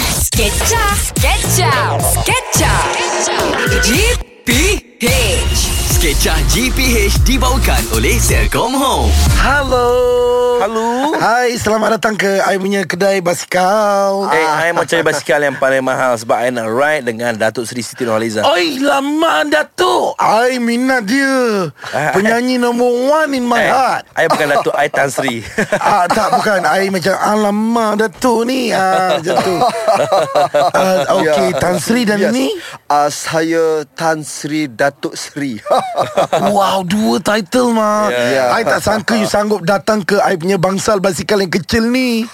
Sketcha Sketcha Sketcha GPH Sketchah GPH dibawakan oleh Selcom Home. Hello. Hello. Hai, selamat datang ke I punya kedai basikal. Eh, I mau cari basikal yang paling mahal Sebab I nak ride dengan Datuk Seri Siti Nurhaliza oh. Oi, lama Datuk. I minat dia. Ah, Penyanyi number one in my eh, heart. I bukan Datuk, I Tan Sri Ah, tak bukan I macam "Ah, Alamak Datuk ni ah, Macam tu ah, Okay Ya. Tan Sri dan yes. Yes. ni Uh, saya Tan Sri Datuk Sri. Wow Dua title mah yeah. Ya. I tak sangka You sanggup datang ke I punya bangsal basikal yang kecil ni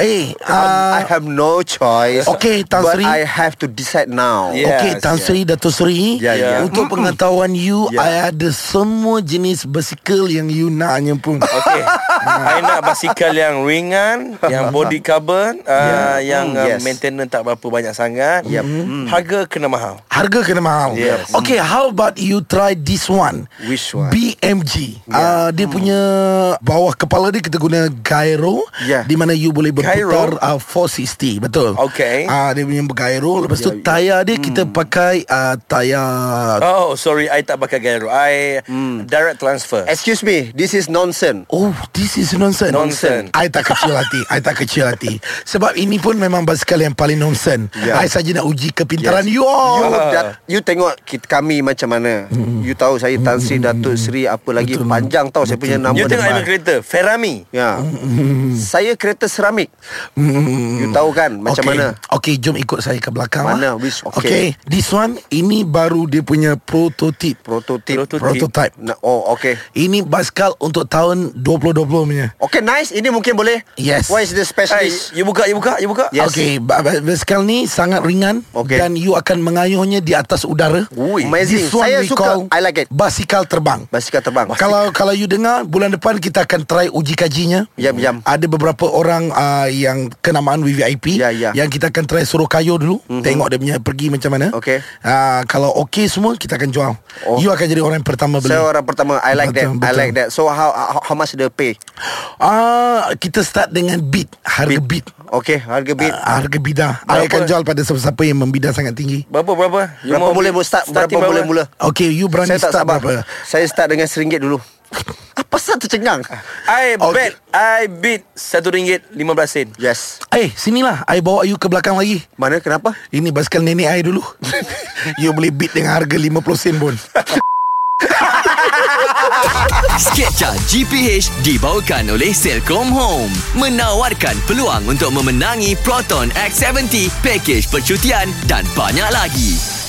Eh I ah, have no choice. Okay, Tan but Sri. I have to decide now. Yeah. Okey, Yes, Tan yeah. Sri Dato' Sri Ya, ya. Untuk pengetahuan you Ya. I ada semua jenis basikal yang you naknya pun Okay I nak basikal yang ringan Yang body carbon uh, Yang Hmm, uh, yes. Ya. Hmm. maintenance tak berapa banyak sangat Yep. Mm. Harga kena mahal Harga kena mahal Yes. Okay, how about you try this one Hmm. Which one? Ya. Hmm. BMG yeah. uh, Dia punya Bawah kepala dia kita guna gyro Ya. Di mana you boleh berputar Gyro? uh, 460 Betul Okey. uh, Dia punya bergyro Lepas Ya, tu tayar dia kita Hmm. pakai uh, Tayar Oh sorry I tak pakai gyro I Hmm. direct transfer Excuse me, this is nonsense. Oh, this is nonsense. Nonsense. I tak kecil hati. I tak kecil hati. Sebab ini pun memang basikal yang paling nonsense. Yeah. Ya. I saja nak uji kepintaran yes. Yes. you You, all. dat, you tengok kita, kami macam mana. You tahu saya Tan Sri Datuk Sri apa lagi Hmm. Betul. Hmm. panjang tahu saya punya nama You tengok I depan. punya kereta Ferrami Ya. Saya kereta seramik. You tahu kan macam okay. mana? Okay, jom ikut saya ke belakang. Mana? lah. Which- okay. okay. This one, ini baru dia punya prototype. Prototipe. Prototipe. Prototype. Na- oh, okay. Ini basikal untuk tahun 2020 punya. Okay, nice. Ini mungkin boleh. Yes. What is the Hey, specialist? you buka, you buka, you buka Yes. Okay, ba- ba- basikal ni sangat ringan Okay. dan you akan mengayuhnya di atas udara. Ui. Amazing. This one Saya we suka. call I like it. Basikal terbang. Basikal terbang. Kalau kalau you dengar bulan depan kita akan try uji kajinya. Yap, yap. Ada beberapa orang uh, yang kenamaan VVIP Ya, ya. Mhm. yang kita akan try suruh kayu dulu, mm-hmm. tengok dia punya pergi macam mana. Okey. Uh, kalau okey semua kita akan jual. Oh. Oh. You akan jadi orang yang pertama beli. Saya orang pertama I like Betul, betul, that betul. I betul. like that So how how, how much they pay Ah, kita start dengan bid, harga bid. Okay harga bid Uh, uh, harga bidah. Saya Berapa? akan jual pada siapa-siapa yang membidah sangat tinggi. Berapa, berapa? You Berapa mau boleh beli- start Berapa starting boleh mula Okay, you berani Saya tak start sabar berapa? Saya start dengan seringgit dulu Apa sah tercengang I Okay. bet I bid satu ringgit lima belas sen. Yes Eh, sinilah. I bawa you ke belakang lagi. Mana kenapa Ini basikal nenek I dulu You boleh bid dengan harga 50 sen pun Sketchah GPH dibawakan oleh Selcom Home. Menawarkan peluang untuk memenangi Proton X70, pakej percutian dan banyak lagi.